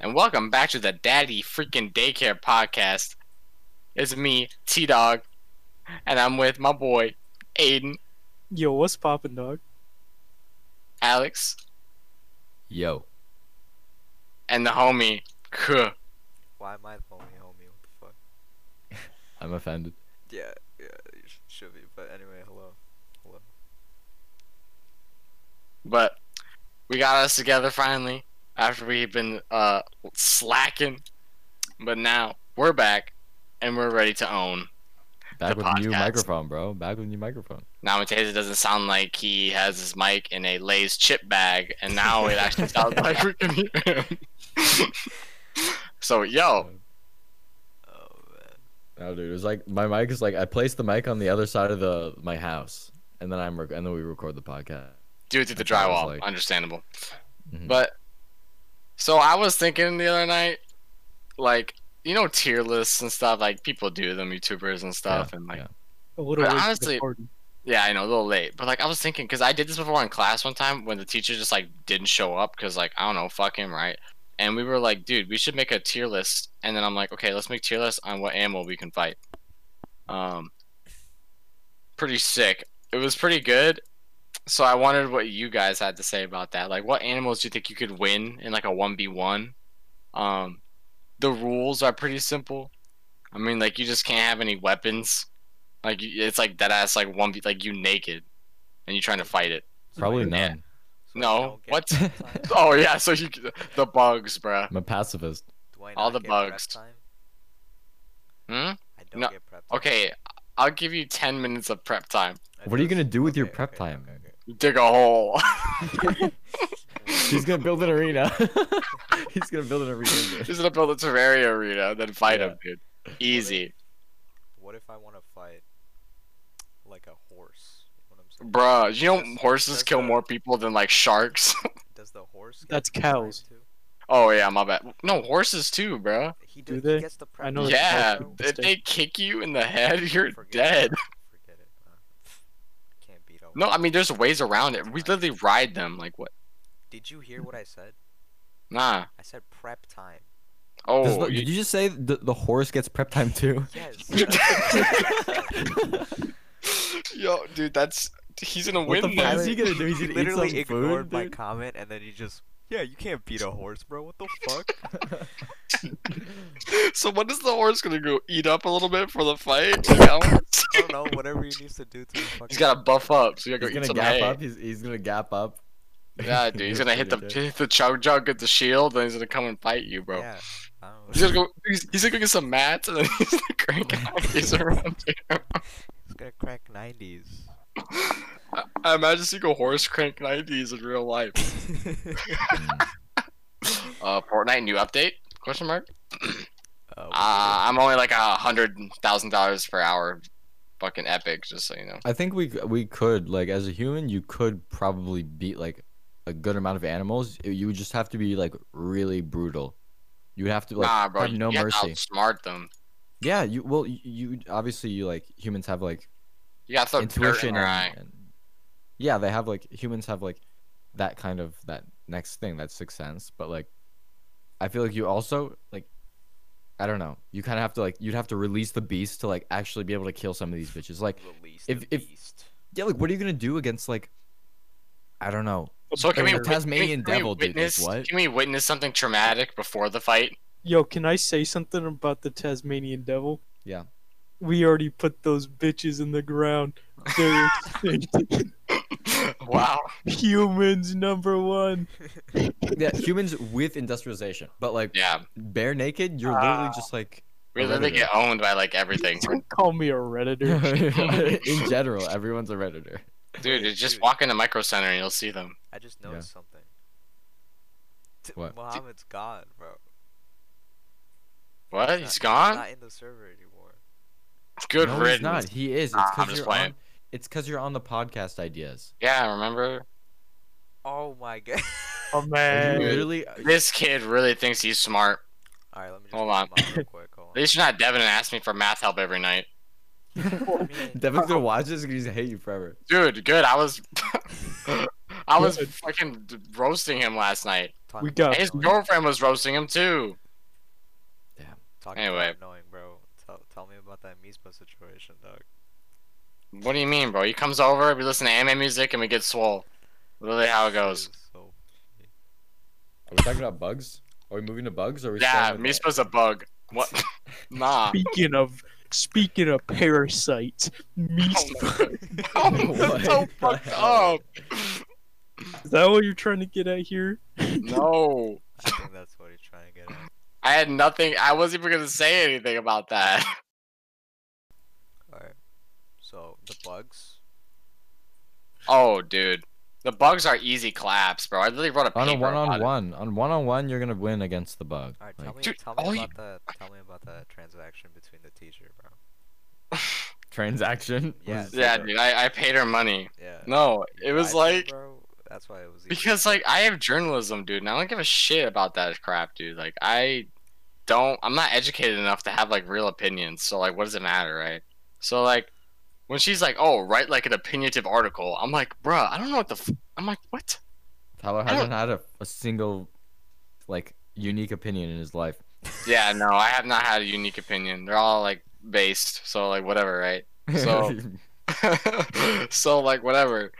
and welcome back to the Daddy Freaking Daycare Podcast. It's me, T Dog, and I'm with my boy, Aiden, Yo, what's poppin', dog? Alex, Yo. and the homie, Kuh. Why am I the only homie? What the fuck? I'm offended. Yeah, yeah, you sh- should be. But anyway, hello. Hello. But we got us together finally after we've been uh, slacking. But now we're back and we're ready to own. Back The with new podcast. microphone, bro. Back with new microphone. Now Mateza doesn't sound like he has his mic in a Lay's chip bag, and now it actually sounds like we can hear him. so yo, Oh man. No, dude, it was like my mic is like I placed the mic on the other side of the my house, and then I'm rec- and then we record the podcast. do it through the That's what I was drywall, like. understandable. Mhm. But so I was thinking the other night, like you know tier lists and stuff. Like people do them, YouTubers and stuff, and like yeah. A little But late to honestly- recording. Yeah, I know, a little late. But like, I was thinking because I did this before in class one time when the teacher just like didn't show up because like I don't know, fuck him, right? And we were like, dude, we should make a tier list. And then I'm like, okay, let's make tier lists on what animal we can fight. Um, pretty sick. It was pretty good. So I wondered what you guys had to say about that. Like, what animals do you think you could win in like a one v one? Um, the rules are pretty simple. I mean, like you just can't have any weapons. Like you- it's like that ass like one v- like you naked, and you trying to fight it. Probably Yeah. none. So I No, don't get what? prep time? Oh yeah, so you the bugs, bruh. I'm a pacifist. Do I all not the get prep bugs. time? Hmm? I don't No, get prep time. Okay, I'll give you ten minutes of prep time. I What are you just- gonna do with your okay, prep okay, time? okay, Dig a hole. okay. He's gonna build an arena. He's gonna build an arena. dude. Just gonna build a terraria arena, then fight him, dude. Easy, What if I want to fight like a horse? You know what I'm saying? bruh. You know Does- horses does kill the- more people than like sharks. Does the horse? Get That's prep time cows. Too? oh yeah, my bad. No horses too, bruh. He, Do do, they? he gets the prep know time, it's Yeah, bro. if they kick you in the head, you're Forget dead. It. Forget it. Uh, can't beat all. No, I mean there's ways around it. We literally ride them. Like what? Did you hear what I said? Nah. I said prep time. Does Oh, the- you- did you just say the, the horse gets prep time too? Yes. Yo, dude, that's he's gonna What the win. fuck that. is he gonna do? He's gonna eat literally some ignored food, my dude? comment and then he just yeah, you can't beat a horse, bro. What the fuck? So when is the horse gonna go eat up a little bit for the fight? You know? I don't know. Whatever he needs to do to. he's gotta buff up, so you gotta He's go eat gonna some gap hay. up. He's, he's gonna gap up. Yeah, dude, he's You're gonna hit the pretty hit the chug jug, get the shield, then he's gonna come and fight you, bro. Yeah. I don't He's know. gonna go. He's, he's gonna go get some mats, and then he's gonna crank out. He's around you. He's gonna crack nineties. I, I imagine seeing a horse crank nineties in real life. Uh, Fortnite new update? Question mark. Oh, Uh, Uh, I'm only like a hundred thousand dollars per hour. Fucking epic, just so you know. I think we c- we could like as a human, you could probably beat like a good amount of animals. You would just have to be like really brutal. You would have to like nah, bro, have you no can't mercy. outsmart them. Yeah, you well you, you obviously you like humans have like You gotta throw dirt in intuition their eye. and, and- yeah, they have like humans have like that kind of that next thing that sixth sense, but like I feel like you also like I don't know. You kind of have to like you'd have to release the beast to like actually be able to kill some of these bitches. Like release if- the if- beast. yeah, like what are you gonna do against like I don't know. So can Or we the wit- Tasmanian can we devil did this, witness- what? Can we witness something traumatic before the fight? Yo, can I say something about the Tasmanian devil? Yeah. We already put those bitches in the ground. They're extinct. wow. humans number one. Yeah, humans with industrialization, but like Yeah. bare naked, you're literally just like We literally get owned by like everything. Don't call me a redditor. in general, everyone's a redditor. Dude, it's just Dude. walk into Micro Center and you'll see them. I just noticed something. T- What? Muhammad's gone, bro. What? He's He's He's gone? Not in the server anymore. Good no, he's not. riddance. He is. It's Nah, I'm because just you're playing. on. It's because you're on the podcast ideas. Yeah, remember? Oh my god. oh You man. literally. This kid really thinks he's smart. All right, let me just Hold look on. him up real quick. Hold At least you're not Devin and ask me for math help every night. Devin's gonna watch this and he's gonna hate you forever. Dude, good. I was I was fucking roasting him last night. Talk We Oh, And got- his annoying. girlfriend was roasting him too. Talk Anyway. about annoying, bro. Tell, tell me about that Miesbo situation, dog. What do you mean, bro? He comes over, we listen to anime music, and we get swole. Literally how it goes. So, Are we talking about bugs? Are we moving to bugs? Or are we Yeah, staying with that? Mispa's a bug. What? nah. Speaking of speaking of parasites, Miespa. Oh, that's so What the fucked hell? up. Is that what you're trying to get at here? No. I think that's what he's trying to get at. I had nothing. I wasn't even going to say anything about that. Alright. So, the bugs. Oh, dude. The bugs are easy claps, bro. I literally wrote a paper On a one about on it. one, on one on one, you're gonna win against the bug. Alright, Like, tell me, Dude, tell me all about you- the, tell me about the transaction between the teacher, bro. transaction. Yeah. was- Yeah, dude. I, I paid her money. Yeah. No, you it was lied to me, like bro. That's why it was. even- because like I have journalism, dude, and I don't give a shit about that crap, dude. Like I don't I'm not educated enough to have like real opinions. So like what does it matter, right? So like when she's like, "Oh, write like an opinionative article." I'm like, "Bruh, I don't know what the f-. I'm like, "What?" Tyler I don't- hasn't had a, a single, like, unique opinion in his life. Yeah, no, I have not had a unique opinion. They're all like based, so like whatever, right? So- so like whatever.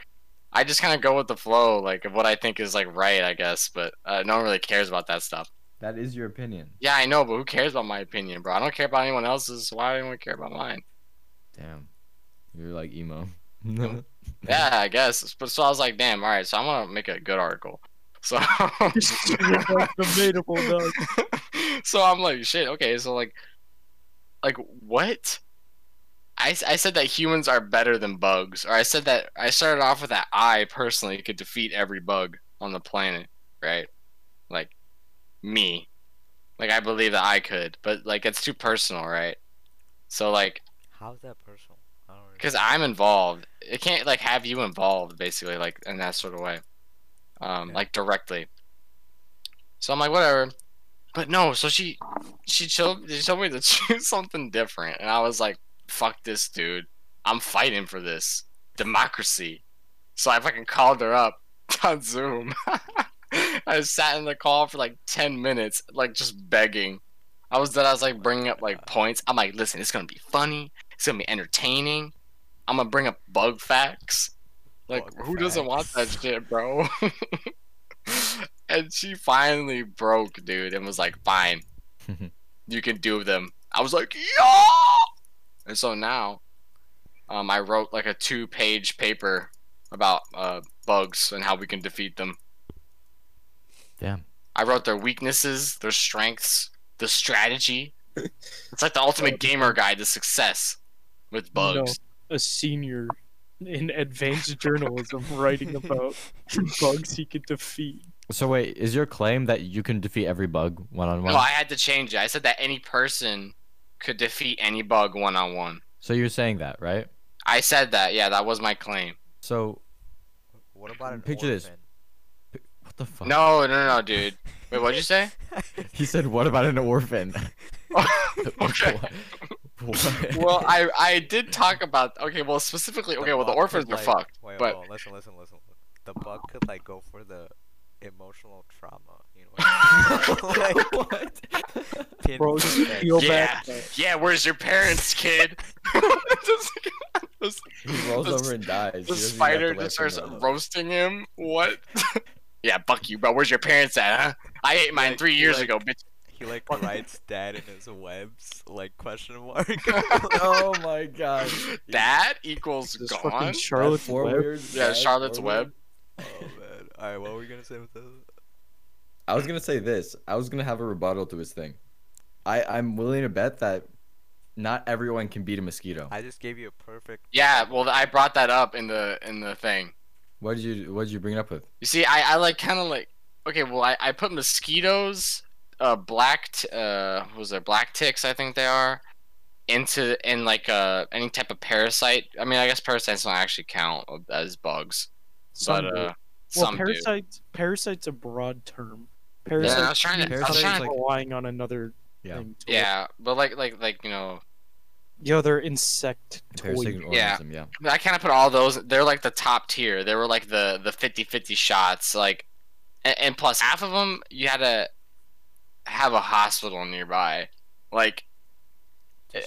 I just kind of go with the flow, like of what I think is like right, I guess. But uh, no one really cares about that stuff. that is your opinion. Yeah, I know, but who cares about my opinion, bro? I don't care about anyone else's. Why would anyone care about mine? Damn, you're like emo. Yeah, I guess. But so I was like, damn, all right. So I'm gonna make a good article. So, This is like debatable, dog. so I'm like, shit. Okay, so like, like what? I, s- I said that humans are better than bugs, or I said that I started off with that I personally could defeat every bug on the planet, right? Like, me. Like I believe that I could, but like it's too personal, right? So like How's that personal? I don't really- because I'm involved. It can't like have you involved basically, like in that sort of way, um, Yeah. like directly. So I'm like, whatever. But no, so she, she told she told me to choose something different, and I was like, fuck this, dude. I'm fighting for this democracy. So I fucking called her up on Zoom. I sat in the call for like ten minutes, like just begging. I was that I was Oh like bringing up like points. I'm like, listen, it's gonna be funny. It's gonna be entertaining. I'm gonna bring up bug facts. Like, Bug who doesn't want that facts. shit, bro? and she finally broke, dude, and was like, fine, you can do them. I was like, yeah. And so now, um, I wrote like a two-page paper about uh, bugs and how we can defeat them. Damn. I wrote their weaknesses, their strengths, the strategy. It's like the ultimate gamer guide to success with bugs. A senior in advanced journalism writing about bugs he could defeat. so wait, is your claim that you can defeat every bug one on No. one? Oh, I had to change it. I said that any person could defeat any bug one on one. So you're saying that, right? I said that. Yeah, that was my claim. So What about an Picture this. orphan? what the fuck? No, no, no, dude. Wait, what'd you say? He said, "What about an orphan?" okay. What? What? Well, I I did talk about okay. Well, specifically, okay. Well, the bug orphans could, are like- fucked. Wait, but- hold on, listen, listen, listen. The bug could like go for the emotional trauma, you know. what I mean? like, what? pin Bro, just effect. feel Yeah. bad. but Yeah, where's your parents, kid? Just- just- He rolls The- over and dies. The spider just starts roasting him. What? yeah, fuck you, bro. Where's your parents at, huh? I ate mine Like- three years like- ago, bitch. He like writes dad in his webs, like question mark. oh my god. That equals This gone. fucking Charlotte Four Web. weird Yeah, guys, Charlotte's four Web. weird- oh man. All right, what were we gonna say with this? I was gonna say this. I was gonna have a rebuttal to his thing. I I'm willing to bet that not everyone can beat a mosquito. I just gave you a perfect. Yeah, well, I brought that up in the in the thing. What did you What did you bring it up with? You see, I I like kind of like okay. Well, I I put mosquitoes, uh, black t- uh, what was there black ticks? I think they are into in like uh any type of parasite. I mean, I guess parasites don't actually count as bugs, Some but do. uh, well, some do. parasites. Parasites a broad term. Yeah, Parasites I was trying to. I was Parasites, trying I'm to like- relying on another Yeah. thing. to it. Yeah, but like like like you know, Yo, they're insect Parasitic toys. Yeah. organism. Yeah. I kind of put all those. They're like the top tier. They were like the the 50-50 shots. Like, and, and plus half of them you had to have a hospital nearby. Like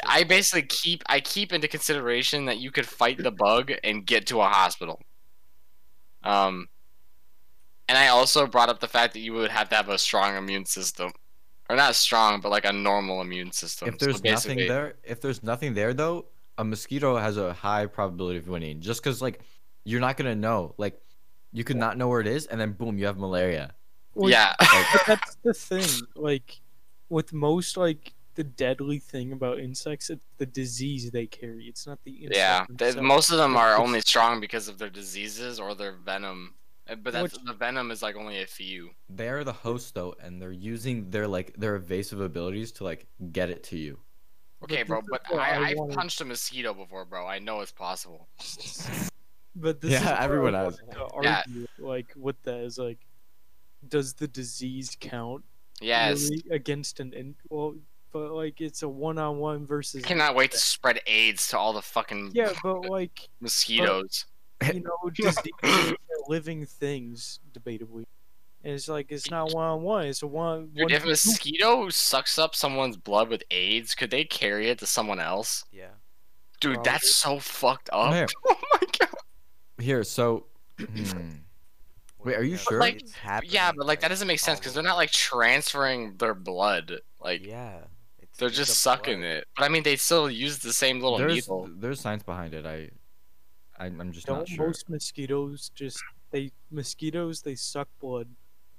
I basically keep I keep into consideration that you could fight the bug and get to a hospital. Um, and I also brought up the fact that you would have to have a strong immune system, or not strong, but like a normal immune system. If So there's nothing basically- there, if there's nothing there though, a mosquito has a high probability of winning. Just because like you're not gonna know, like you could not know where it is, and then boom, you have malaria. Well, yeah, but that's the thing. Like, with most like the deadly thing about insects, it's the disease they carry. It's not the insect. yeah. Th- themselves. most of them are it's- only strong because of their diseases or their venom. Uh, But that's, Which- the venom is like only a few. They're the host though, and they're using their like their evasive abilities to like get it to you. Okay, this bro. is But what I I, I've wanted- punched a mosquito before, bro. I know it's possible. But this Yeah, is what I everyone wanted has. to Yeah. argue, Like, what that is like. Does the disease count Yes. really against an in? Well, but like it's a one-on-one I versus. cannot wait to spread AIDS to all the fucking Yeah, but like mosquitoes. you know, diseases are living things, debatably. And it's like it's not one-on-one. It's a one. Dude, one if a mosquito sucks up someone's blood with AIDS, could they carry it to someone else? Yeah. Dude, that's so fucked up. Here. Oh my god. Here, so hmm. Wait, are you Yeah, sure? Like, it's happening, Yeah, but like that doesn't make sense all because they're not like transferring their blood. Like yeah. It's they're in the just sucking blood. it. But I mean, they still use the same little there's needle. there's science behind it. I I'm, I'm just Don't not sure. most mosquitoes just they mosquitoes they suck blood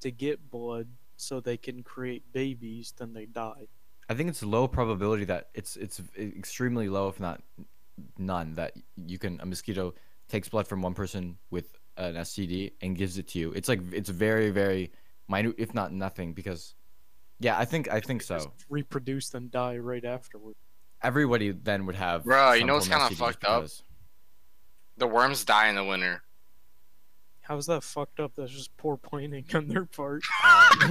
to get blood so they can create babies, then they die. I think it's low probability that it's it's extremely low, if not none, that you can a mosquito takes blood from one person with an STD and gives it to you. It's like it's very very minute, if not nothing, because yeah, I think I think They just so. reproduce then die right afterward. Everybody then would have. Bro, you some know what's form of kinda STD just fucked up? because- The worms die in the winter. How's that fucked up? That's just poor planning on their part. Um,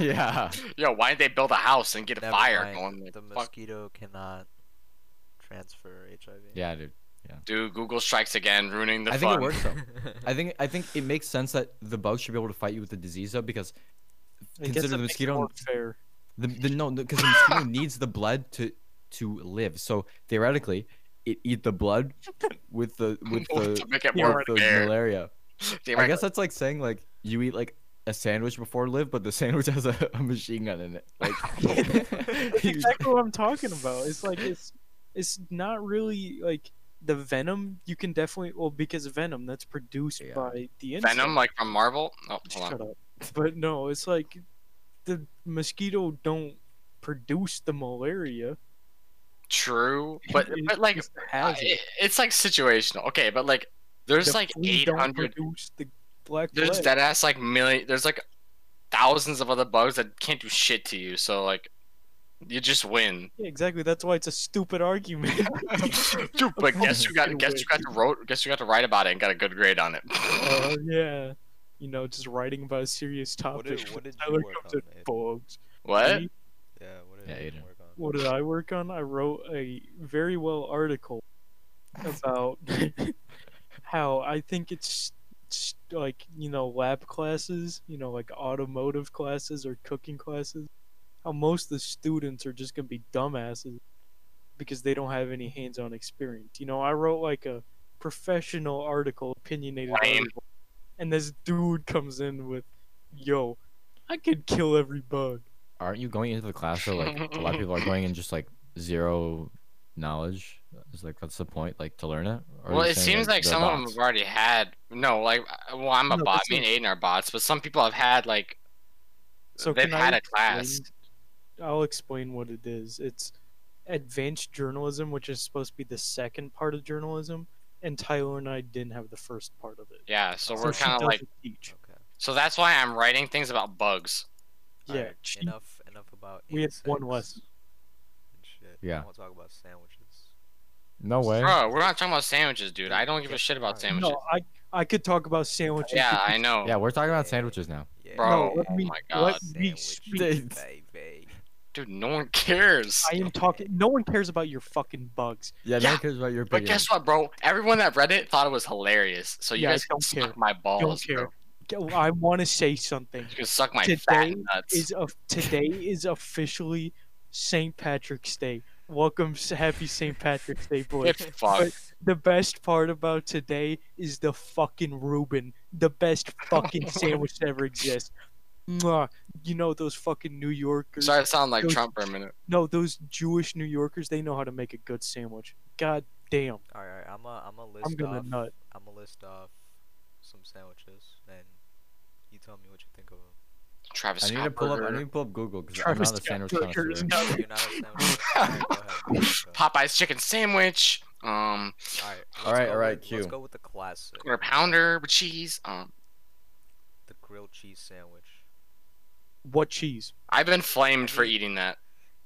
yeah, Yo, why didn't they build a house and get a never fire mind, going? Like, The fuck, mosquito cannot transfer HIV. yeah, dude. dude, Google strikes again, ruining the I think fun. it works though. I think I think it makes sense that the bug should be able to fight you with the disease though, because I guess Consider that the makes it mosquito- more fair. The, the no, because the mosquito needs the blood to to live. So theoretically, it eat the blood with the with the to make it Yeah, more with the fair. malaria. Damn I right. guess that's like saying like you eat like a sandwich before live, but the sandwich has a, a machine gun in it. Like That's you- exactly what I'm talking about. It's like it's it's not really like the venom. You can definitely well because venom that's produced Yeah. by the insect. Venom, like from Marvel. Oh, hold Shut on. up. But no, it's like the mosquito don't produce the malaria. True, but It but like just has I- it. it's like situational. Okay, but like there's The like flea don't 800 produce the black there's plague. dead ass like million there's like thousands of other bugs that can't do shit to you. So like you just win. Yeah, exactly. That's why it's a stupid argument. Dude, but guess you got guess you got to wrote guess you got to write about it and got a good grade on it. Uh, yeah. You know, just writing about a serious What topic. did- what did you Tyler work comes on, in Nate? bugs. what? Me? Yeah, what Yeah, did Aiden. you work on? What did I work on? I wrote a very well article about how I think it's s- like you know lab classes, you know like automotive classes or cooking classes, how most of the students are just gonna be dumbasses because they don't have any hands-on experience. You know, I wrote like a professional article, opinionated Lame. article, and this dude comes in with, "Yo, I could kill every bug." aren't you going into the class though? Like a lot of people are going in just like zero knowledge. Is like that's the point, like to learn it. Or are Well, you it saying seems that like they're some of them bots? have already had no like I- well I'm a No, bot that's me and Aiden are bots, but some people have had like So they've can I had a class. explain- I'll explain what it is. It's advanced journalism, which is supposed to be the second part of journalism, and Tyler and I didn't have the first part of it. Yeah, so we're she kind of like doesn't teach. Okay. so that's why I'm writing things about bugs. Yeah, alright, she- Enough. Enough about. we had one insects less. and Shit. Yeah. I want to talk about sandwiches. No way. Bro, we're not talking about sandwiches, dude. I don't give a shit about Yeah, sandwiches. No, I I could talk about sandwiches. yeah, I because- know. Yeah, we're talking about sandwiches now. Yeah. Bro, No, let oh me- my let god. me Sandwiches, speak. baby. Dude, no one cares. I am talking. No one cares about your fucking bugs. Yeah, Yeah, no one cares about your But opinion. guess what, bro? Everyone that read it thought it was hilarious. So you Yeah, I guys can don't suck care. my balls, care. bro. I want to say something. You can suck my Today fat nuts. Is of today is officially St. Patrick's Day. Welcome, s- happy St. Patrick's Day, boys. Get fucked. The best part about today is the fucking Reuben, the best fucking sandwich that ever exists. Mwah. You know those fucking New Yorkers? Started sounding like Those- Trump for a minute. No, those Jewish New Yorkers. They know how to make a good sandwich. God damn, All right, I'm a I'm a list I'm gonna off. nut. I'm gonna list off some sandwiches, and you tell me what you think of them. Travis I need Scott to pull up. I burger. need to pull up Google because I'm Travis not a Scott sandwich burger is connoisseur. not- You're not a sandwich. All right, go ahead, go ahead, go. Popeye's chicken sandwich. Um, All right, let's All right, go all right, with- Q. Let's go with the classic, quarter pounder with cheese. Um, the grilled cheese sandwich. What cheese? I've been flamed for eating that.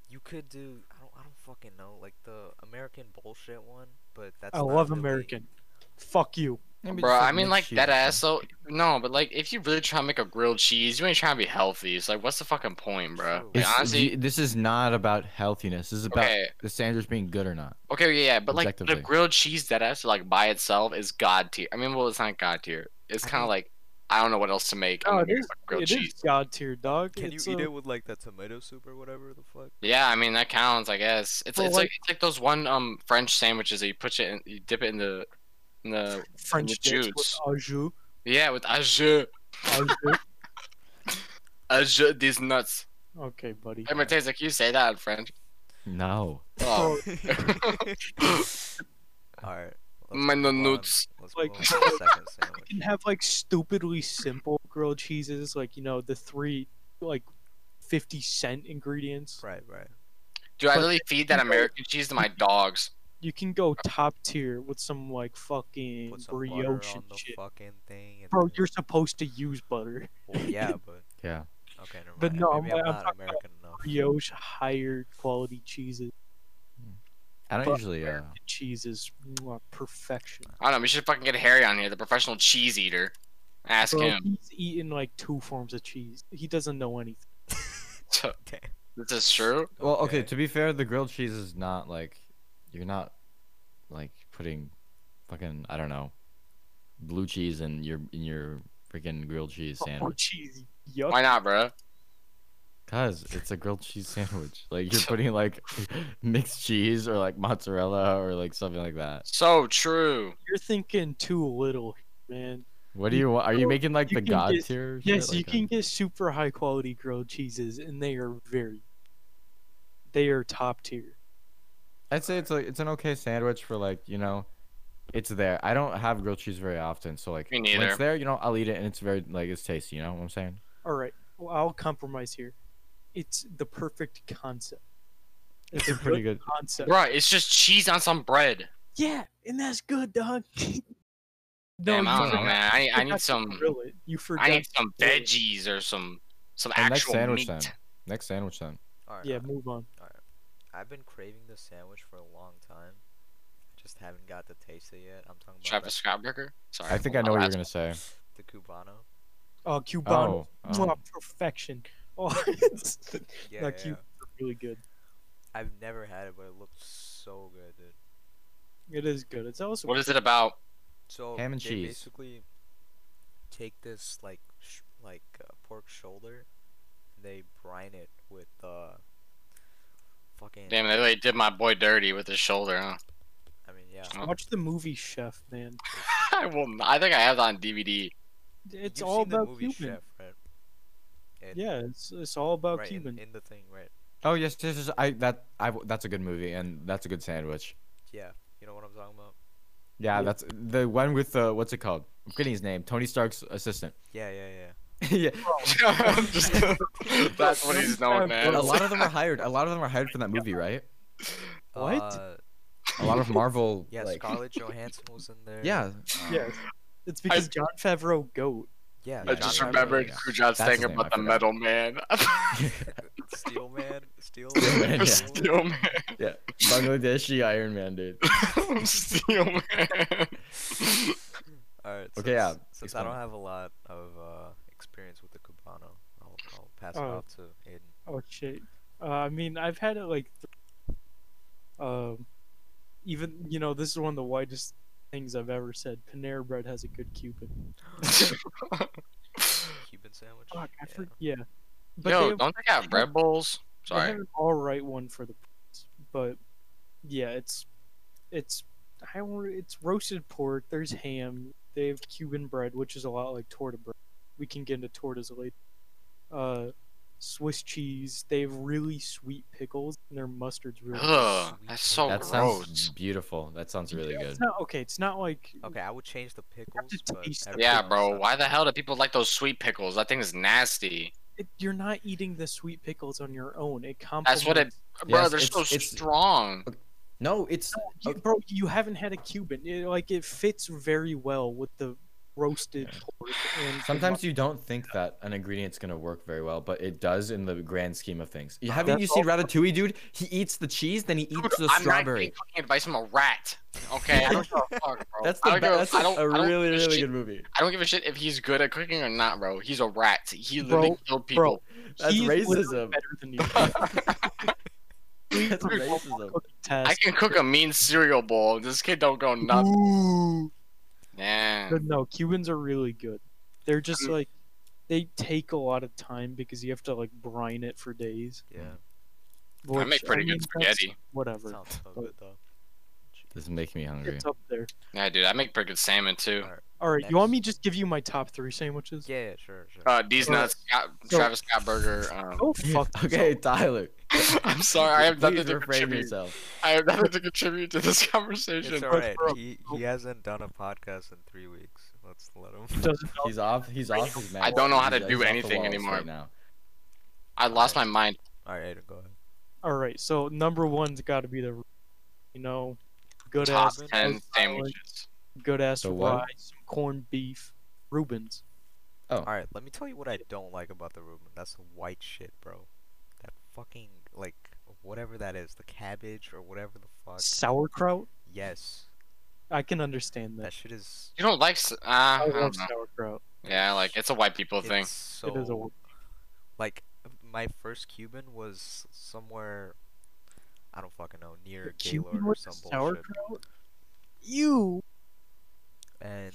You could do I don't I don't fucking know like the American bullshit one, but that's I not love really- American. Fuck you. Bro, I mean, like that ass. So no, but like, if you really try to make a grilled cheese, you ain't trying to be healthy. It's like, what's the fucking point, bro? True. Like, It's, honestly, you- this is not about healthiness. This is about okay, the sandwich being good or not. okay, yeah, yeah, but like the Objectively. grilled cheese that has like by itself is god tier. I mean, well, it's not god tier. It's I kind of mean- like I don't know what else to make. No, I'm it gonna make is. fucking grilled It cheese. is god tier, dog. Can It's uh, you eat a- it with like that tomato soup or whatever the fuck? Yeah, I mean that counts, I guess. It's Well, it's like- like, it's like those one um French sandwiches that you put it in, you dip it in the in uh, the French the dish with juice. au jus. yeah with au jus, Au jus. au jus these nuts. okay, buddy. Everyone tastes like you say that in French. No. Oh, All right. my nuts. Let's Like- move on to the second sandwich. You can have like stupidly simple grilled cheeses, like you know the three like fifty cent ingredients. Right, right. Dude, I But- literally feed that American cheese to my dogs. You can go top tier with some like fucking Put some butter brioche on and the shit. fucking thing. and Bro, then- you're supposed to use butter. Well, yeah, but Yeah. okay, never mind. But no, I'm- Maybe I'm, I'm not talking American enough. Brioche higher quality cheeses. I don't But- usually. Uh, Cheeses, mwah, perfection. I don't know. We should fucking get Harry on here, the professional cheese eater. Ask Bro, him. he's eaten like two forms of cheese. He doesn't know anything. Damn. This is true. well, okay. To be fair, the grilled cheese is not like you're not like putting fucking I don't know blue cheese in your in your freaking grilled cheese Oh, sandwich cheese. Yuck. Why not, bro? because it's a grilled cheese sandwich. Like you're putting like mixed cheese or like mozzarella or like something like that. So true. You're thinking too little, man. What do you want? Are you making like You the can god just- tier? shit? Yes, you Like, uh, can um get super high quality grilled cheeses, and they are very, they are top tier. I'd say it's like it's an okay sandwich for like you know, it's there. I don't have grilled cheese very often, so like Me when neither. it's there, you know, I'll eat it and it's very like it's tasty. You know what I'm saying? All right, well, I'll compromise here. It's the perfect concept. It's a Pretty good good. concept. Bro, it's just cheese on some bread. Yeah, and that's good, dog. Damn, I don't know, forgot- man. I, I forgot need to some. grill it. You forgot. I need some grill it. veggies or some some Well, next actual sandwich meat. then. Next sandwich then. All right. Yeah, move on. I've been craving this sandwich for a long time. I just haven't got to taste it yet. I'm talking about Travis Scott burger. Sorry. I think I know what you're gonna say. the Cubano. Oh, Cubano, Oh, Mwah, oh. perfection. Oh, it's um Yeah, no, yeah, Cubano's really good. I've never had it, but it looked so good, dude. It is good. It's also What is it about? So Ham and they cheese. basically take this like sh- like uh, pork shoulder, and they brine it with uh fucking. Damn, they really did my boy dirty with his shoulder, huh? I mean, yeah. Oh. Watch the movie Chef, man. I will. Not, I think I have that on DVD. It's You've all seen the about movie Cuban. Chef, right? It- Yeah, it's it's all about right, in- Cuban. In, the thing, right? Oh yes, yes, yes. I that I that's a good movie and that's a good sandwich. Yeah, you know what I'm talking about. Yeah, Yeah. that's the one with the what's it called? I'm forgetting his name. Tony Stark's assistant. Yeah, yeah, yeah. yeah, Just- that's what he's known but a as. lot of them are hired. A lot of them are hired from that movie, right? What? Uh, A lot of Marvel. yeah, like, Scarlett Johansson was in there. Yeah, um, yes, it's because John Favreau goat. Yeah. I Yeah, just John Favreau, remembered yeah. Kujan's That's thing his name, about I the forgot. metal man. Steel Man. Steel Steel Man, Man. yeah. Steel- Steel man. yeah. Bangladeshi Iron Man, dude. Steel man. All right. Okay, yeah, since- Since I don't explain. have a lot of uh, experience with the Cubano, I'll, I'll pass it Oh. off to Aiden. Oh shit. Uh, I mean, I've had it like, th- um, even you know, this is one of the widest things I've ever said. Panera Bread has a good Cuban. chicken sandwich. Fuck, I Yeah. for- yeah. But Yo, they have, don't they have Red Bulls? they have Sorry. an all right one for the price, but yeah, it's it's I don't, it's roasted pork. There's ham. They have Cuban bread, which is a lot like torta bread. We can get into tortas later. Uh, Swiss cheese. They have really sweet pickles, and their mustard's really. Ugh, that's so That sounds Oh, gross. beautiful. That sounds really Yeah, good. It's not okay. It's not like Okay, I would change the pickles. to but taste the everything Yeah, else bro. I- Why the hell do people like those sweet pickles? That thing is nasty. it, you're not eating the sweet pickles on your own. It complements. That's what it- Bro, Yes, they're so it's- it's- strong. No, it's No, you- bro, you haven't had a Cuban. It, like it fits very well with the roasted pork. And the sometimes you don't think that an ingredient's gonna work very well, but it does in the grand scheme of things. You- Haven't you That's seen Ratatouille, dude? He eats the cheese, then he Dude, eats the I'm not strawberry. getting fucking advice from a rat. Okay, I don't give a fuck, bro. That's I don't the be- give a- that's I don't- a I don't really give a really shit. good movie. I don't give a shit if he's good at cooking or not, bro. He's a rat. He Bro, literally killed people. bro. That's He's literally racism. Better than you. That's Dude, racism. Cooking I test. can cook a mean cereal bowl. This kid don't go nuts. Ooh. Nah. But no, Cubans are really good. They're just I'm- like they take a lot of time because you have to like brine it for days. Yeah, I which, make pretty good mean, that's- spaghetti. Whatever. sounds so But- good though. This is making me hungry. It's up there. Yeah, dude, I make pretty good salmon too. Alright. All right, you want Next. me to just give you my top three sandwiches? Yeah, sure, sure. Uh, these So- nuts, Scott, so- Travis Scott Burger. Um, Oh fuck. Okay, Tyler. I'm sorry, I have nothing Please to refrain contribute. yourself. I have nothing to contribute to this it's conversation. alright. bro. He he hasn't done a podcast in three weeks. Let's let him. Doesn't know. He's off. He's off his I don't know how to do anything anymore. now. I lost my mind. All right, go ahead. All right, so number one's got to be the, you know, good Top ass ten salad, sandwiches. good ass The what? fry, some corned beef, Rubens. All right, let me tell you what I don't like about the Reuben. That's the white shit, bro. That fucking like whatever that is, the cabbage or whatever the fuck. Sauerkraut? Yes, I can understand that. that shit is. You don't like? s- Uh, I, I love don't know. sauerkraut. Yeah, like it's a white people thing. It's so It is a like my first Cuban was somewhere. I don't fucking know near Gaylord Cuban or with some bullshit. sauerkraut. You. And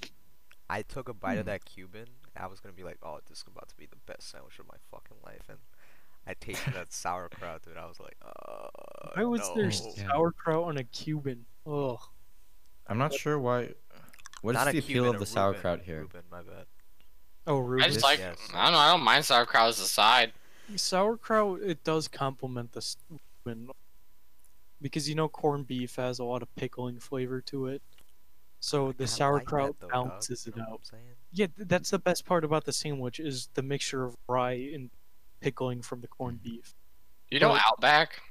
I took a bite of Hmm. that Cuban. I was gonna be like, "Oh, this is about to be the best sandwich of my fucking life," and I tasted that sauerkraut, dude. I was like, "Uh." Why was there no." Yeah. sauerkraut on a Cuban? Ugh. Oh, I'm not sure why. What's Not the a appeal Cuban, of the a Reuben, sauerkraut here? Reuben, my bad. Oh, I Rubens. just This- like. yes. I don't know. I don't mind sauerkraut as a side. sauerkraut. It does complement the s- Reuben because you know corned beef has a lot of pickling flavor to it. So the I like that, sauerkraut though, dog, balances you it know what out. I'm saying? Yeah, th- that's the best part about the sandwich is the mixture of rye and pickling from the Mm. corned beef. You know, Right. Outback.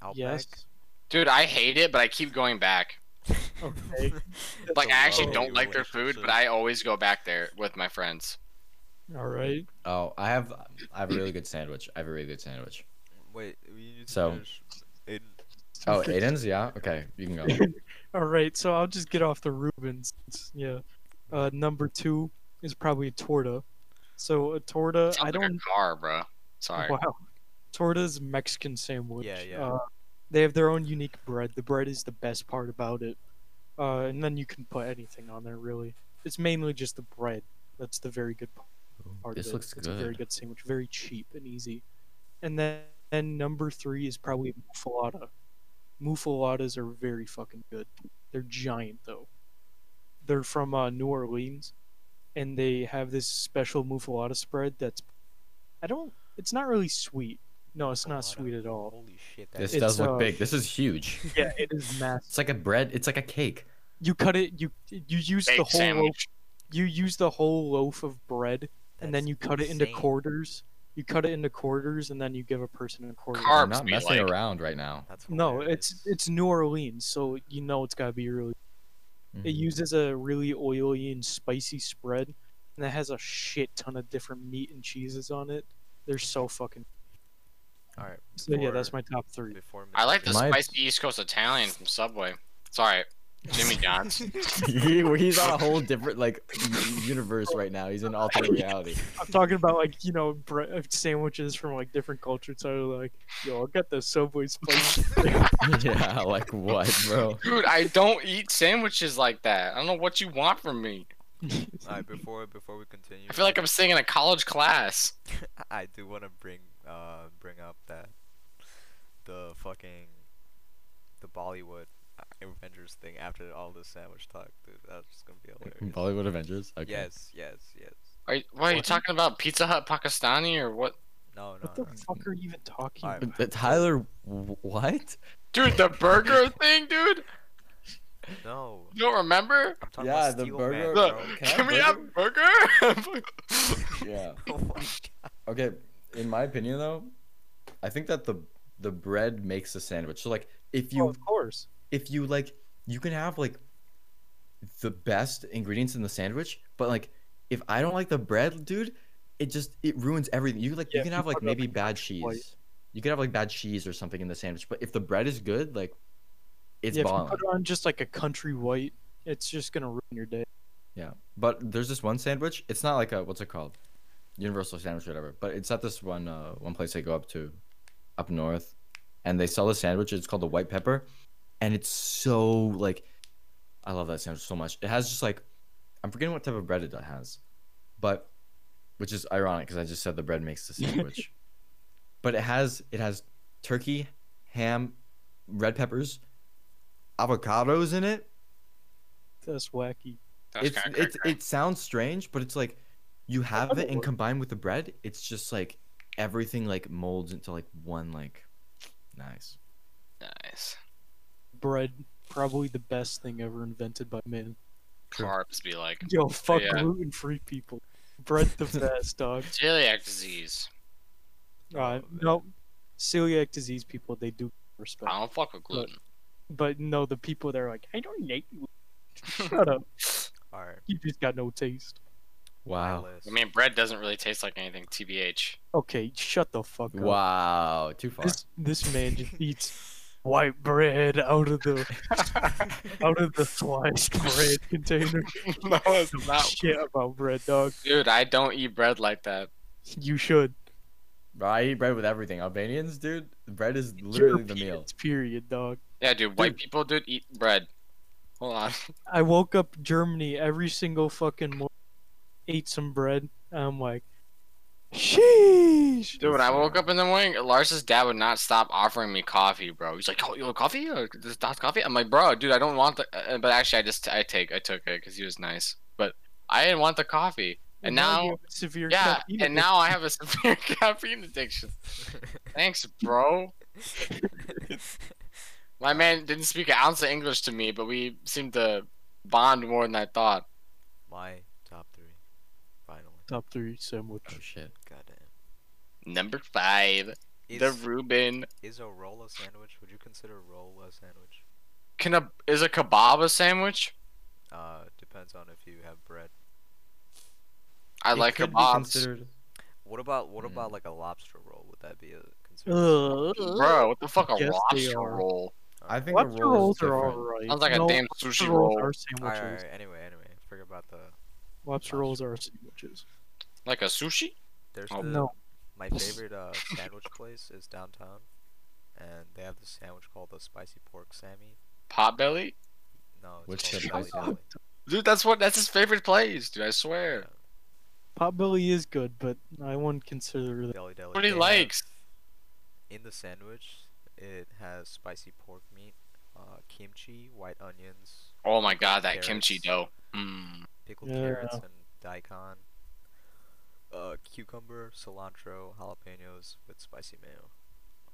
Outback? Yes. Dude, I hate it, but I keep going back. Okay. Like I actually don't love like their food, but I always go back there with my friends. All right. Oh, I have. I have a really good sandwich. I have a really good sandwich. Wait, you need to So- finish. It, Oh, Aiden's. Yeah. Okay, you can go. All right. So I'll just get off the Rubens. Yeah. Uh, number two is probably a torta. So a torta, Sounds I like don't. a car, bro. Sorry. Wow. Torta's Mexican sandwich. Yeah, yeah. Uh, they have their own unique bread. The bread is the best part about it. Uh, and then you can put anything on there, really. It's mainly just the bread. That's the very good part. part this of it. looks it's a very good. good sandwich, very cheap and easy. And then and number three is probably mufalata. Mufalatas are very fucking good. They're giant though. They're from uh, New Orleans, and they have this special mufalata spread that's. I don't. It's not really sweet. No, it's not sweet at all. Holy shit, that This is- It's, does uh, look big. This is huge. Yeah, it is massive. It's like a bread. It's like a cake. You cut it. You you use the Baked whole loaf. sandwich. You use the whole loaf of bread and then that's you cut it into insane. quarters. You cut it into quarters, and then you give a person a quarter. Car- I'm not Carbs be messing like- around right now. That's no, hilarious. it's it's New Orleans, so you know it's gotta be really. It Mhm. uses a really oily and spicy spread, and it has a shit ton of different meat and cheeses on it. They're so fucking. All right. So yeah, that's my top three. Before I like the My- spicy East Coast Italian from Subway. Sorry, Jimmy John's. He- he's on a whole different like universe right now. He's in alternate reality. I'm talking about like you know bre- uh, sandwiches from like different cultures. So like, yo, I got the Subway spicy. yeah, like what, bro? Dude, I don't eat sandwiches like that. I don't know what you want from me. Alright, before before we continue, I feel like I'm sitting in a college class. I do want to bring uh bring up that the fucking the Bollywood uh, Avengers thing after all this sandwich talk, dude. That's just gonna be hilarious. Bollywood Avengers. Mm-hmm. Okay. Yes, yes, yes. Are you, what, are you What? talking about? Pizza Hut Pakistani or what? No, no. What the no. fuck are you even talking Alright. about? But Tyler, w- what? Dude, the burger thing, dude. No. You don't remember? I'm talking Yeah, about the Steel burger- Man, Look, bro. Can I can we have have burger? Yeah. Oh my god. Okay. In my opinion, though, I think that the the bread makes the sandwich. So like, if Oh, you of course. if you like you can have like the best ingredients in the sandwich but like if i don't like the bread dude it just it ruins everything you like Yeah, you can if have you like put it up maybe in bad cheese white. you could have like bad cheese or something in the sandwich but if the bread is good like it's yeah, if bomb you put it on just like a country white, it's just gonna ruin your day. yeah but there's this one sandwich it's not like a what's it called universal sandwich or whatever but it's at this one uh one place i go up to up north and they sell the sandwich it's called the white pepper and it's so like i love that sandwich so much it has just like i'm forgetting what type of bread it has but which is ironic because i just said the bread makes the sandwich but it has it has turkey ham red peppers avocados in it That's wacky. That's it's kinda it's cray-cray. it sounds strange, but it's like you have it and Totally. combined with the bread, it's just like everything like molds into like one like nice. nice. Bread, probably the best thing ever invented by man. True. Carbs be like Yo, fuck yeah. gluten free people. Bread the best, dog. celiac disease. Uh, Oh, no, celiac disease people they do respect, I don't fuck with gluten. but no, the people that are like, I don't like you. Shut up, Alright. you just got no taste. my Wow. list. I mean, bread doesn't really taste like anything. Tbh. Okay, shut the fuck up. Wow. Too far. This this man just eats white bread out of the out of the sliced bread container. no, it's not. Shit about bread, dog. Dude, I don't eat bread like that. You should. Bro, I eat bread with everything. Albanians, dude, bread is literally the meal. Europeans, Period, dog. Yeah, dude, white people, dude, eat bread. Hold on. I woke up Germany every single fucking morning, ate some bread. And I'm like, sheesh. Dude, when I Yes, woke sir. up in the morning, Lars's dad would not stop offering me coffee, bro. He's like, "Oh, you want coffee? Or this Dots coffee?" I'm like, "Bro, dude, I don't want the." uh, But actually, I just I take I took it because he was nice, but I didn't want the coffee. And you now- have severe Yeah, caffeine and now I have a severe caffeine addiction. Thanks, bro. My man didn't speak an ounce of English to me, but we seemed to bond more than I thought. my top three. Finally. top three sandwich. Oh shit. Goddamn. Number five, Is, the Reuben. is a roll a sandwich? Would you consider roll a sandwich? Can a is a kebab a sandwich? Uh, depends on if you have bread. I like kebabs. What about what Mm. about like a lobster roll? Would that be a considered? Ugh. Bro, what the fuck? A Yes, they lobster are. roll. I think Lobster a roll is rolls are different. alright. Sounds like a No, damn lobster sushi rolls roll. are Alright, sandwiches. alright, anyway, anyway, forget about the. Lobster rolls are sandwiches. Like a sushi? There's Oh, the No, my favorite uh sandwich place is downtown, and they have this sandwich called the spicy pork Sammy. Potbelly? No, it's What's called the Jelly spicy Belly. Dude, that's what that's his favorite place, dude, I Uh, swear. potbelly is good, but I wouldn't consider that. Deli Deli. What he They have- likes. in the sandwich, it has spicy pork meat, uh, kimchi, white onions, Oh my god, that kimchi dough. Carrots. Mm. pickled Yeah. carrots, and daikon. Uh, cucumber, cilantro, jalapenos with spicy mayo.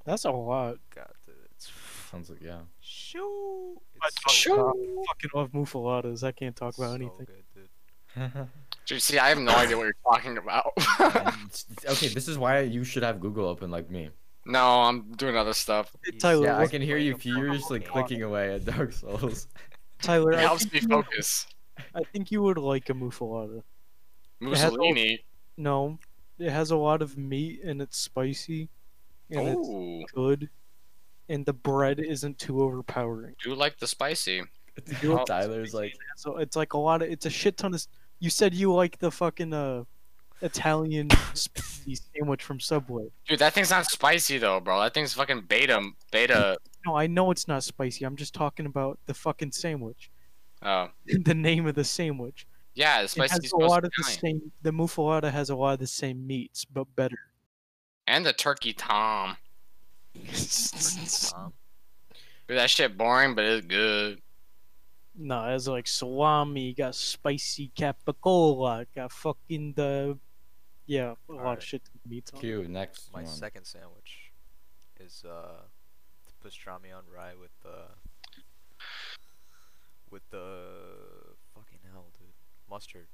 That's a lot. God, dude, it's Sounds like yeah. shoo. I It's so Shoo. I fucking love mufaladas. I can't talk about so anything. good, dude. Dude, see, I have no idea what you're talking about. okay, this is why you should have Google open like me. no, I'm doing other stuff. He's- Tyler, Yeah, I what's- can hear you playing a Pokemon furiously game. clicking away at Dark Souls. Tyler, It I helps think me you would- focus. I think you would like a mufalada. has all- Mussolini. No, it has a lot of meat and it's spicy, and Ooh. it's good, and the bread isn't too overpowering. Do you like the spicy? You're- Tyler's like, So it's like a lot of it's a shit ton of. s- You said you like the fucking uh, Italian spicy sandwich from Subway. Dude, that thing's not spicy though, bro. That thing's fucking beta beta No, I know it's not spicy. I'm just talking about the fucking sandwich. oh. the name of the sandwich. Yeah, the It spicy has is a supposed lot to of be the Italian. same. The muffalata has a lot of the same meats, but better. And the turkey tom. Tom? Dude, that shit boring, but it's good. No, it has like salami, got spicy capicola, got fucking the, yeah, a lot Alright. of shit meats on. it. Q next My one. second sandwich is uh the pastrami on rye with the with the fucking hell, dude. Mustard.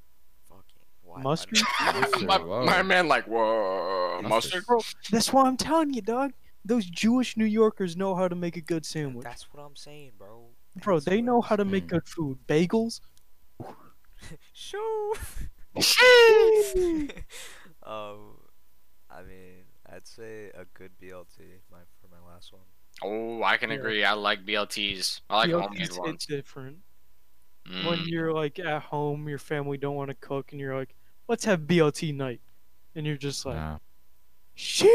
Fucking why? am I Mustard? not- Mustard, My, whoa. my man, like, whoa, mustard. Mustard. Bro, that's why I'm telling you, dog. Those Jewish New Yorkers know how to make a good sandwich. That's what I'm saying, bro. Bro, That's they what know I'm how to make Mm. good food. Bagels, Shoo. Sheesh. um, I mean, I'd say a good BLT. My for my last one. oh, I can Yeah. agree. I like BLTs. I like Yorkies homemade hit ones. different. When Mm. you're like at home, your family don't want to cook, and you're like, let's have BLT night, and you're just like, No, shit.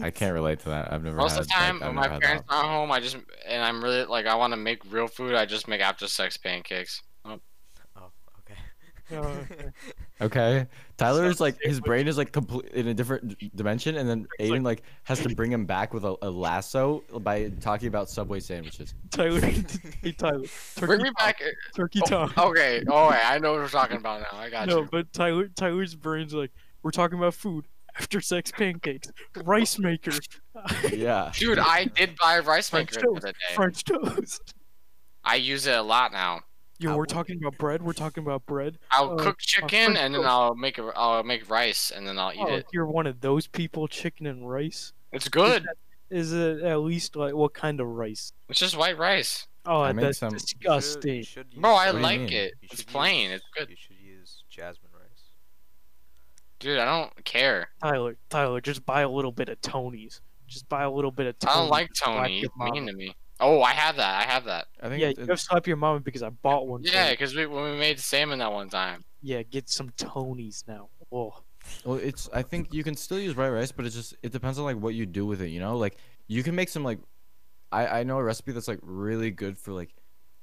I can't relate to that. I've never Most had of the time, like, I've when my never had that parents are not home, I just and I'm really like I want to make real food. I just make after sex pancakes. Oh, Oh, okay. Oh, okay. Okay. Tyler's like his sandwich. brain is like complete in a different d- dimension, and then It's Aiden like has to bring him back with a, a lasso by talking about Subway sandwiches. Tyler, hey Tyler, turkey Bring me top, back. turkey Oh, top. okay. Oh, wait, I know what we're talking about now. I got no, you. but Tyler, Tyler's brain's like, we're talking about food, after sex pancakes, rice maker, Yeah. Dude, I did buy a rice French maker the other day. French toast. I use it a lot now. Yo, I we're would- talking about bread. We're talking about bread. I'll Oh, cook chicken French and then toast. I'll make a, I'll make rice and then I'll eat Oh, it. if you're one of those people, chicken and rice. It's good. Is it at least like what kind of rice? It's just white rice. Oh, I make that's some- disgusting. should Bro, I What do you like mean? it. you It's should plain. use- It's good. You should use jasmine rice. Dude, I don't care. Tyler, Tyler, just buy a little bit of Tony's. Just buy a little bit of Tony's. I don't like and slap Tony. Oh, your He's mama. mean to me. Oh, I have that. I have that. I think Yeah, it's, you have slap your mama because I bought one. for Yeah, you. because we when we made salmon that one time. yeah. Get some Tony's now. Oh, well, it's I think you can still use white rice, but it's just it depends on like what you do with it. You know, like you can make some like I I know a recipe that's like really good for like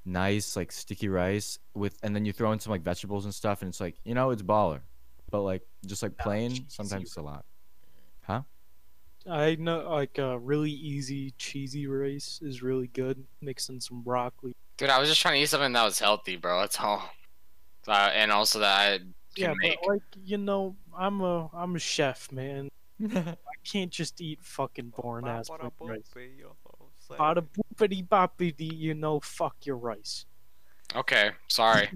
nice like sticky rice with, and then you throw in some like vegetables and stuff, and it's like you know it's baller, but like just like Ah, Nah, plain cheesy sometimes it's a lot. Huh? I know like uh, really easy cheesy rice is really good. Mix in some broccoli. Dude, I was just trying to eat something that was healthy, bro. That's all. Uh, and also that I can Yeah, make. but like you know, I'm a I'm a chef, man. I can't just eat fucking boring ass plain rice. Ba-ba-da-boom-ba, yo, it's like- Bada boopity boppity, you know, fuck your rice. Okay, sorry.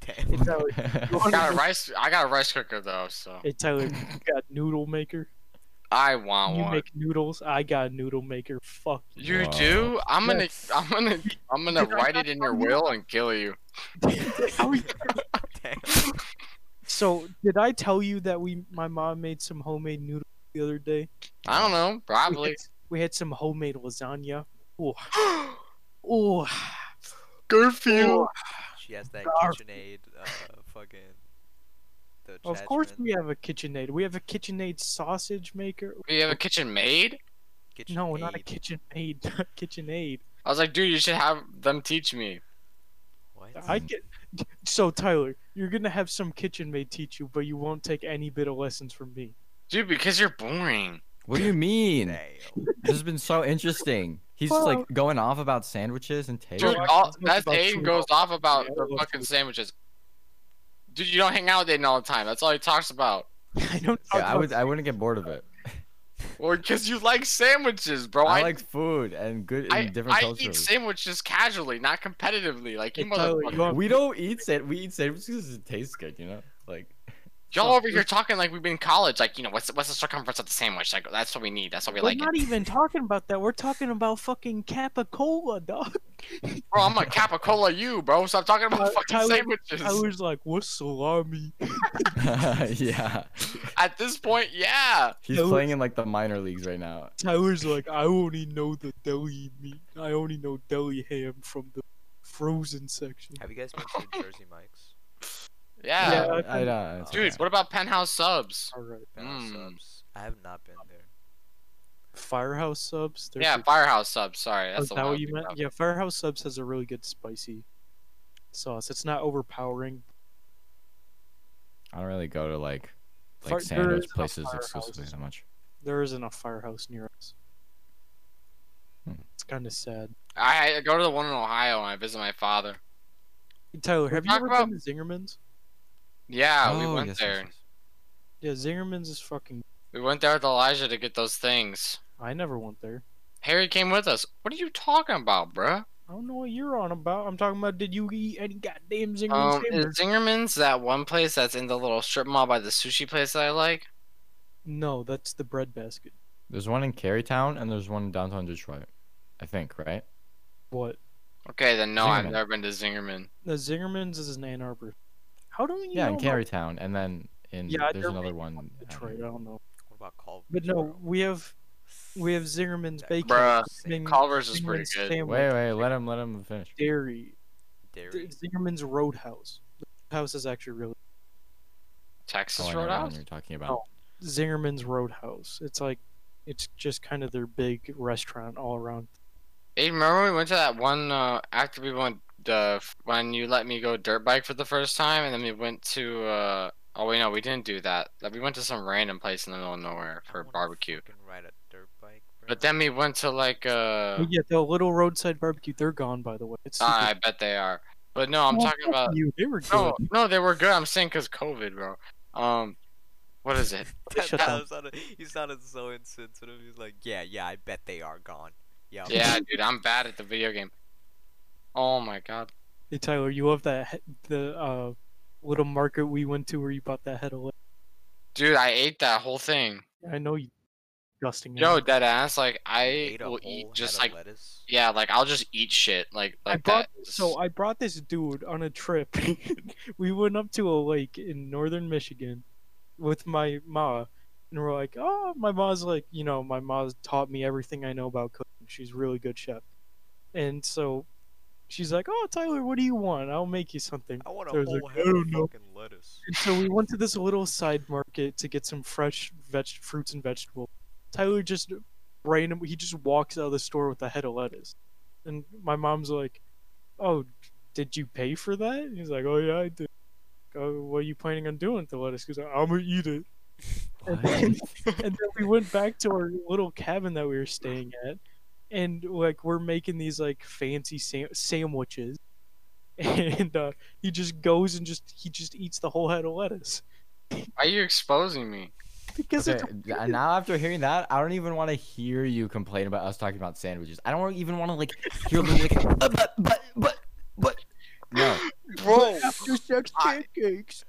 Damn. Hey Tyler, I got a rice. I got a rice cooker though, so hey Tyler, you got noodle maker. I want You one. make noodles. I got a noodle maker. Fuck. you. You Wow. do? I'm gonna, Yes. I'm gonna, I'm gonna Dude, I write got it in your will and kill you. How we- Damn. so did I tell you that we my mom made some homemade noodles the other day? I don't know, We probably. had, we had some homemade lasagna. Oh, oh, Good for oh. She has that Garf. KitchenAid uh, fucking. The Of course attachment. we have a KitchenAid. We have a KitchenAid sausage maker. You have a kitchen maid? No, not a KitchenAid. KitchenAid. Not KitchenAid. I was like, dude, you should have them teach me. What? I get so Tyler, you're gonna have some kitchen maid teach you, but you won't take any bit of lessons from me. Dude, because you're boring. what do you mean? Damn. This has been so interesting. He's just, like going off about sandwiches and taste. Dude, I all, can talk that's about Aiden food goes off about Yeah, I her love fucking food. sandwiches. Dude, you don't hang out with Aiden all the time. That's all he talks about. I don't. Talk Yeah, I about would. I wouldn't get bored of it. Well, because you like sandwiches, bro. I like food and good Oh, I, and different I eat cultures. sandwiches casually, not competitively. Like you Hey, Tyler, you motherfucker. want- we don't eat sand. We eat sandwiches because it tastes good. You know, like Y'all over here talking like we've been in college. Like you know, what's what's the circumference of the sandwich? Like that's what we need. That's what we We're like. not even talking about that. We're talking about fucking Capicola, dog. Bro, I'm a Capicola you, bro. Stop talking about Tyler- fucking Tyler- sandwiches. I was like, "What's salami?" yeah. At this point, yeah. He's Those- playing in like the minor leagues right now. Tyler's like, "I only know the deli meat. I only know deli ham from the frozen section." Have you guys been to Jersey Mike's? Yeah. Yeah. I I, think- know. it's Dude, okay. what about penthouse subs? All right, Bounce Mm. Subs? I have not been there. Firehouse Subs. they're Yeah, good. firehouse subs. Sorry, Oh, that's is the that one. I what was you thinking meant? of. Yeah, Firehouse Subs has a really good spicy sauce. It's not overpowering. I don't really go to like like Far- there sandwich is a places firehouse. exclusively that much. There isn't a firehouse near us. Hmm. It's kind of sad. I, I go to the one in Ohio and I visit my father. Tyler, have you talk ever about- been to Zingerman's? Yeah, we Oh, went yes, yes, there. yes. Yeah, Zingerman's is fucking. We went there with Elijah to get those things. I never went there. Harry came with us. What are you talking about, bruh? I don't know what you're on about. I'm talking about did you eat any goddamn Zingerman's? Um, is hamburger? Zingerman's that one place that's in the little strip mall by the sushi place that I like? No, that's the bread basket. There's one in Carytown and there's one in downtown Detroit, I think. Right? What? Okay, then no, I've Zingerman. never been to Zingerman. The Zingerman's is in Ann Arbor. How don't you Yeah, know? in about Carytown, and then in Yeah, I there's don't another one. um, out here. Detroit, I don't know. What about Culver's? But no, bro? we have we have Zingerman's That bacon, Bruh, Mm, Zing- Culver's is pretty Zingerman's good. sandwich, Wait, wait, let him let him finish. dairy, dairy. Zingerman's Roadhouse. The Roadhouse is actually really Texas Oh, I know what one Roadhouse? you're talking about. Oh. Zingerman's Roadhouse. It's like it's just kind of their big restaurant all around. Hey, remember we went to that one uh, after we went uh, when you let me go dirt bike for the first time, and then we went to. Uh, oh wait, no, we didn't do that. Like, We went to some random place in the middle of nowhere I for wanna barbecue. fucking ride a dirt bike, bro. But then we went to like. Uh, Ah, Oh, yeah, the little roadside barbecue. They're gone, by the way. It's super- I bet they are. But no, I'm Well, talking fuck about. you. They were good. No, no, they were good. I'm saying because COVID, bro. Um, what is it? That- shut that down. sounded- he sounded so insensitive. He's like, yeah, yeah, I bet they are gone. Yeah. Yeah, dude, I'm bad at the video game. Oh my god. Hey Tyler, you love that he- the uh, little market we went to where you bought that head of. lettuce? Dude, I ate that whole thing. I know you, disgusting. Yo, man. dead ass. Like I Ate a will whole eat head just of like lettuce. yeah, like I'll just eat shit like I like brought that. this- so I brought this dude on a trip. we went up to a lake in northern Michigan with my ma, and we're like, oh, my ma's like, you know, my ma's taught me everything I know about cooking. She's a really good chef, and so she's like, oh, Tyler, what do you want? I'll make you something. I want a So I was whole like, head I of don't know. fucking lettuce. And so we went to this little side market to get some fresh veg- fruits and vegetables. Tyler just random he just walks out of the store with a head of lettuce. And my mom's like, "Oh, did you pay for that?" And he's like, "Oh yeah, I did." Oh, what are you planning on doing with the lettuce? He's like, "I'm gonna eat it." And then, and then we went back to our little cabin that we were staying at, and like we're making these like fancy sam- sandwiches, and uh, he just goes and just he just eats the whole head of lettuce Why are you exposing me? because Okay, it's and now after hearing that, I don't even want to hear you complain about us talking about sandwiches. I don't even want to like hear the like, "Uh, but but but but. No, Bro, after sex I- pancakes.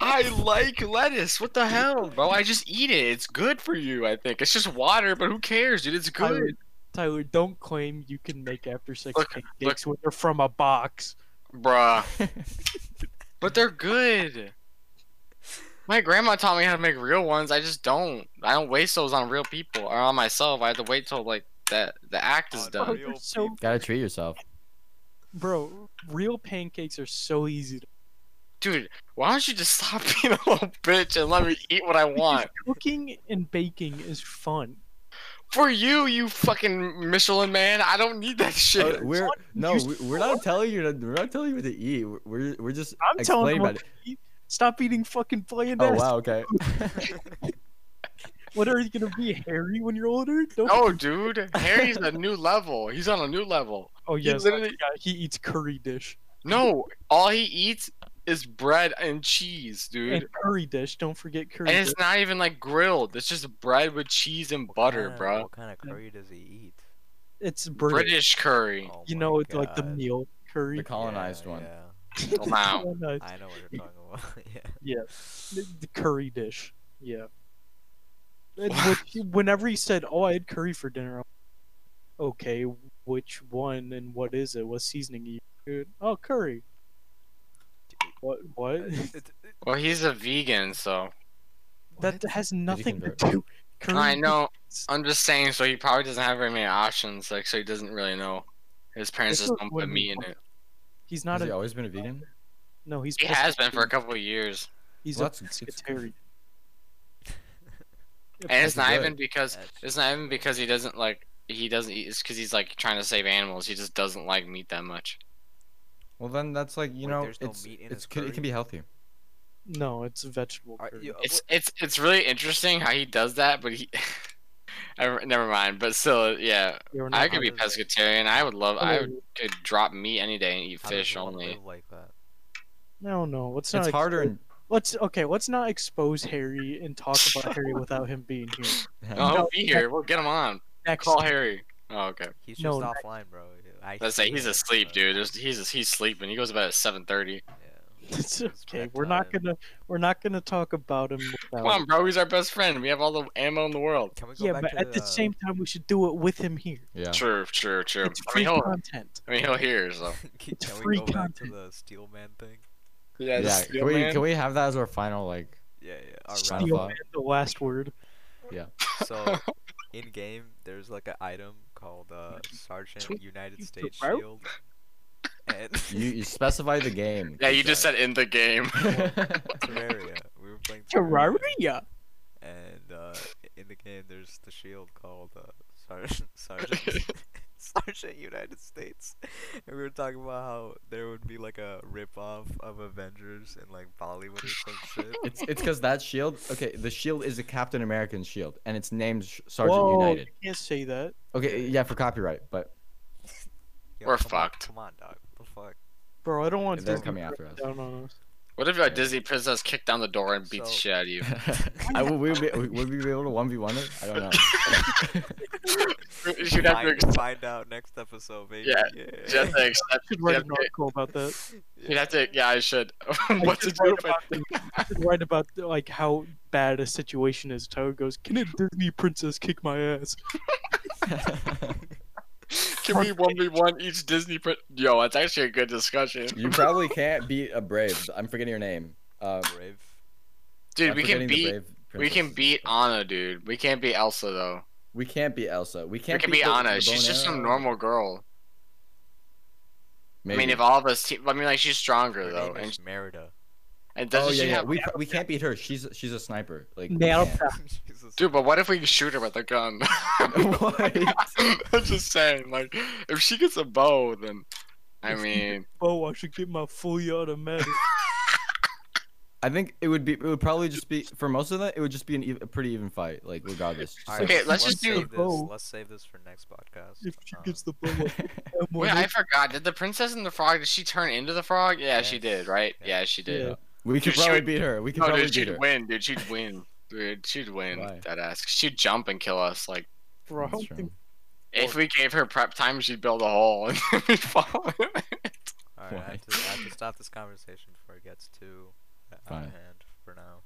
I like lettuce. What the hell, bro? I just eat it. It's good for you, I think. It's just water, but who cares, dude? It's I would- good. Tyler, don't claim you can make after sex Look, pancakes when they're from a box. Bruh. But they're good. My grandma taught me how to make real ones. I just don't. I don't waste those on real people or on myself. I have to wait till like the the act is Oh, Oh, done. dude. Real they're so, gotta treat yourself. bro, real pancakes are so easy to Dude, why don't you just stop being a little bitch and let me eat what I want? cooking and baking is fun. For you, you fucking Michelin man, I don't need that shit. Uh, we're no, You- we- we're not telling you. To, we're not telling you what to eat. We're- We're we're just I'm telling explaining you about what it. Stop eating fucking bland Oh ass. wow, okay. What are you gonna be, hairy when you're older? Don't... No, dude. Harry's a new level. He's on a new level. Oh He yes, I literally. forgot, he eats curry dish No, all he eats is bread and cheese, dude. and And, curry dish. Don't forget curry dish. it's not even like grilled. It's just bread with cheese and butter, Kinda- bro. What kind of curry does he eat? It's British. British curry. Oh You my know, it's like the God. meal curry. The colonized Yeah, one. yeah. The Wow. colonized- I know what you're talking about. yeah. Uh, Yeah. the, the curry dish. Yeah. And which- whenever he said, "Oh, I had curry for dinner," I'm, okay, which one and what is it? What seasoning you? Dude, oh, curry. What? What? It's- it- Well, he's a vegan, so that has nothing to convert? do. Curry. I know. is- I'm just saying, so he probably doesn't have very many options, like, so he doesn't really know. His parents just That's what- don't what put we meat in want. it. He's Has not he a always been a vegan? no. He's He has been for a couple of years, He's Well, a that's- it's- pescatarian. and it's not good. even because That's- it's not even because he doesn't like he doesn't eat. It's because he's like trying to save animals. He just doesn't like meat that much. Well, then that's like you Wait, know, there's no it's meat in it's his c- it curry? can be healthy. No, it's a vegetable Are curd. you- uh, It's what- it's it's really interesting how he does that, but he. Never never mind. But still, yeah, They were I not could be hungry. pescatarian. I would love. I would, hungry. could drop meat any day and eat how does fish one only. live like that? No, no. Let's not. It's ex- harder. In... Let's okay. Let's not expose Harry and talk about Harry without him being here. No, he'll No, Oh, be here. We'll get him on. Next, Call Harry. Oh, okay. He's No, just offline, bro. I Let's say hate he's him, asleep, bro. dude. There's, he's he's sleeping. He goes to bed at seven thirty. Yeah. it's It's okay. prep We're not time. gonna. We're not gonna talk about him. Without Come on, bro. He's our best friend. We have all the ammo in the world. Can we go Yeah, back but to uh, at the same time, we should do it with him here. Yeah. True, true, true. It's I mean, free he'll, content. I mean, he'll hear. So can it's we free go back to content. the steel man thing? yeah, yeah. Can we, can we have that as our final like? Yeah, yeah. Our Steal round. Steel- roundabout. man, the last word. So, in game, there's like an item called uh, Sergeant United you States bro. Shield. And You, you specify the game. Yeah, you just Kuzak. said in the game. Terraria. We were playing Terraria. Terraria. And uh, in the game, there's the shield called uh, Sergeant Sergeant Sergeant United States. And we were talking about how there would be like a ripoff of Avengers in like Bollywood or some shit. It's it's because that shield. Okay, the shield is a Captain American shield, and it's named Sh- Sergeant Whoa, United. you can't say that. Okay, yeah, for copyright, but Yo, We're come on- fucked. come on, dog. The fuck. Bro, I don't want They're Disney coming to after crack us. down on us. what if a Disney princess kicked down the door and beat the So- shit out of you? I will, we be, would we be able to one v one it? I don't know. She'd have to, find, accept, find out next episode, baby. Yeah, she'd yeah. have to accept. should She'd write have an to, article about that. she'd have to. Yeah, I should. what to should do? write about the- I should write about like how bad a situation is. Tyler goes, "Can a Disney princess kick my ass?" Can we one v one each Disney? Prin- Yo, that's actually a good discussion. you probably can't beat a brave. I'm forgetting your name. Um, Brave. Dude, I'm we can forgetting the beat. brave We can princess. beat Anna, dude. We can't beat Elsa though. We can't beat Elsa. We can't. we can beat beat the- Anna. the She's bone just some arrow. normal girl. Maybe. I mean, if all of us, te- I mean, like she's stronger Her though, name and, is Merida. and oh doesn't yeah, she yeah. have? we we can't beat her. She's she's a sniper. Like we Nailed can't. Jesus. Dude, but what if we shoot her with a gun? What? I'm just saying, like, if she gets a bow, then I If she mean, Oh, I should get my fully automatic. I think it would be. It would probably just be for most of that. It would just be an ev- a pretty even fight. Like regardless. All So- Okay, let's just do- save this. Oh. Let's save this for next podcast. if she Um, gets the bow, I'll get that one wait, I hit. forgot. Did the princess and the frog? Did she turn into the frog? Yeah, she Yes. did, right? Yeah. Yeah, she did. Yeah. we could Dude, she probably would- beat her. We could No, probably dude, beat she'd her. win, dude. She'd win, dude. She'd win. Why? That ass. She'd jump and kill us. Like, Bro, I That's don't true. think if we gave her prep time, she'd build a hole and then we'd fall. All right, I What? have, to, I have to stop this conversation before it gets too out of Fine. hand for now.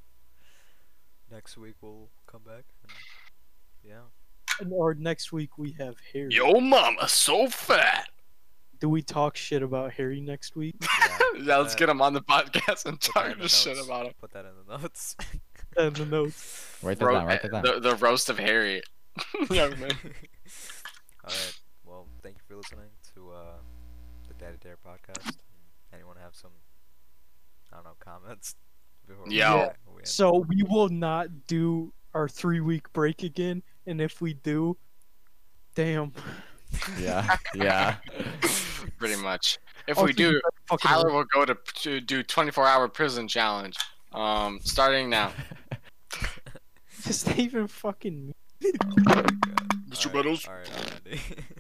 Next week we'll come back. And, yeah. or next week we have Harry. Yo, mama, so fat. Do we talk shit about Harry next week? yeah. Yeah, let's Uh, get him on the podcast and Put that talk in the just shit notes. about him. Put that in the notes. And the notes. Write that Ro- down. Write that down. The, the roast of Harry. Young man. All right. Well, thank you for listening to uh, the Daddy Dare podcast. Anyone have some, I don't know, comments? Before we- Yo. we end? So we will not do our three week break again, and if we do, damn. Yeah. Yeah. Pretty much. If Oh, Also, we do, you better fucking Tyler will go to, to do 24 hour prison challenge. Um, starting now. Does that even fucking mean? All right, Mr. Meadows? all right, all right.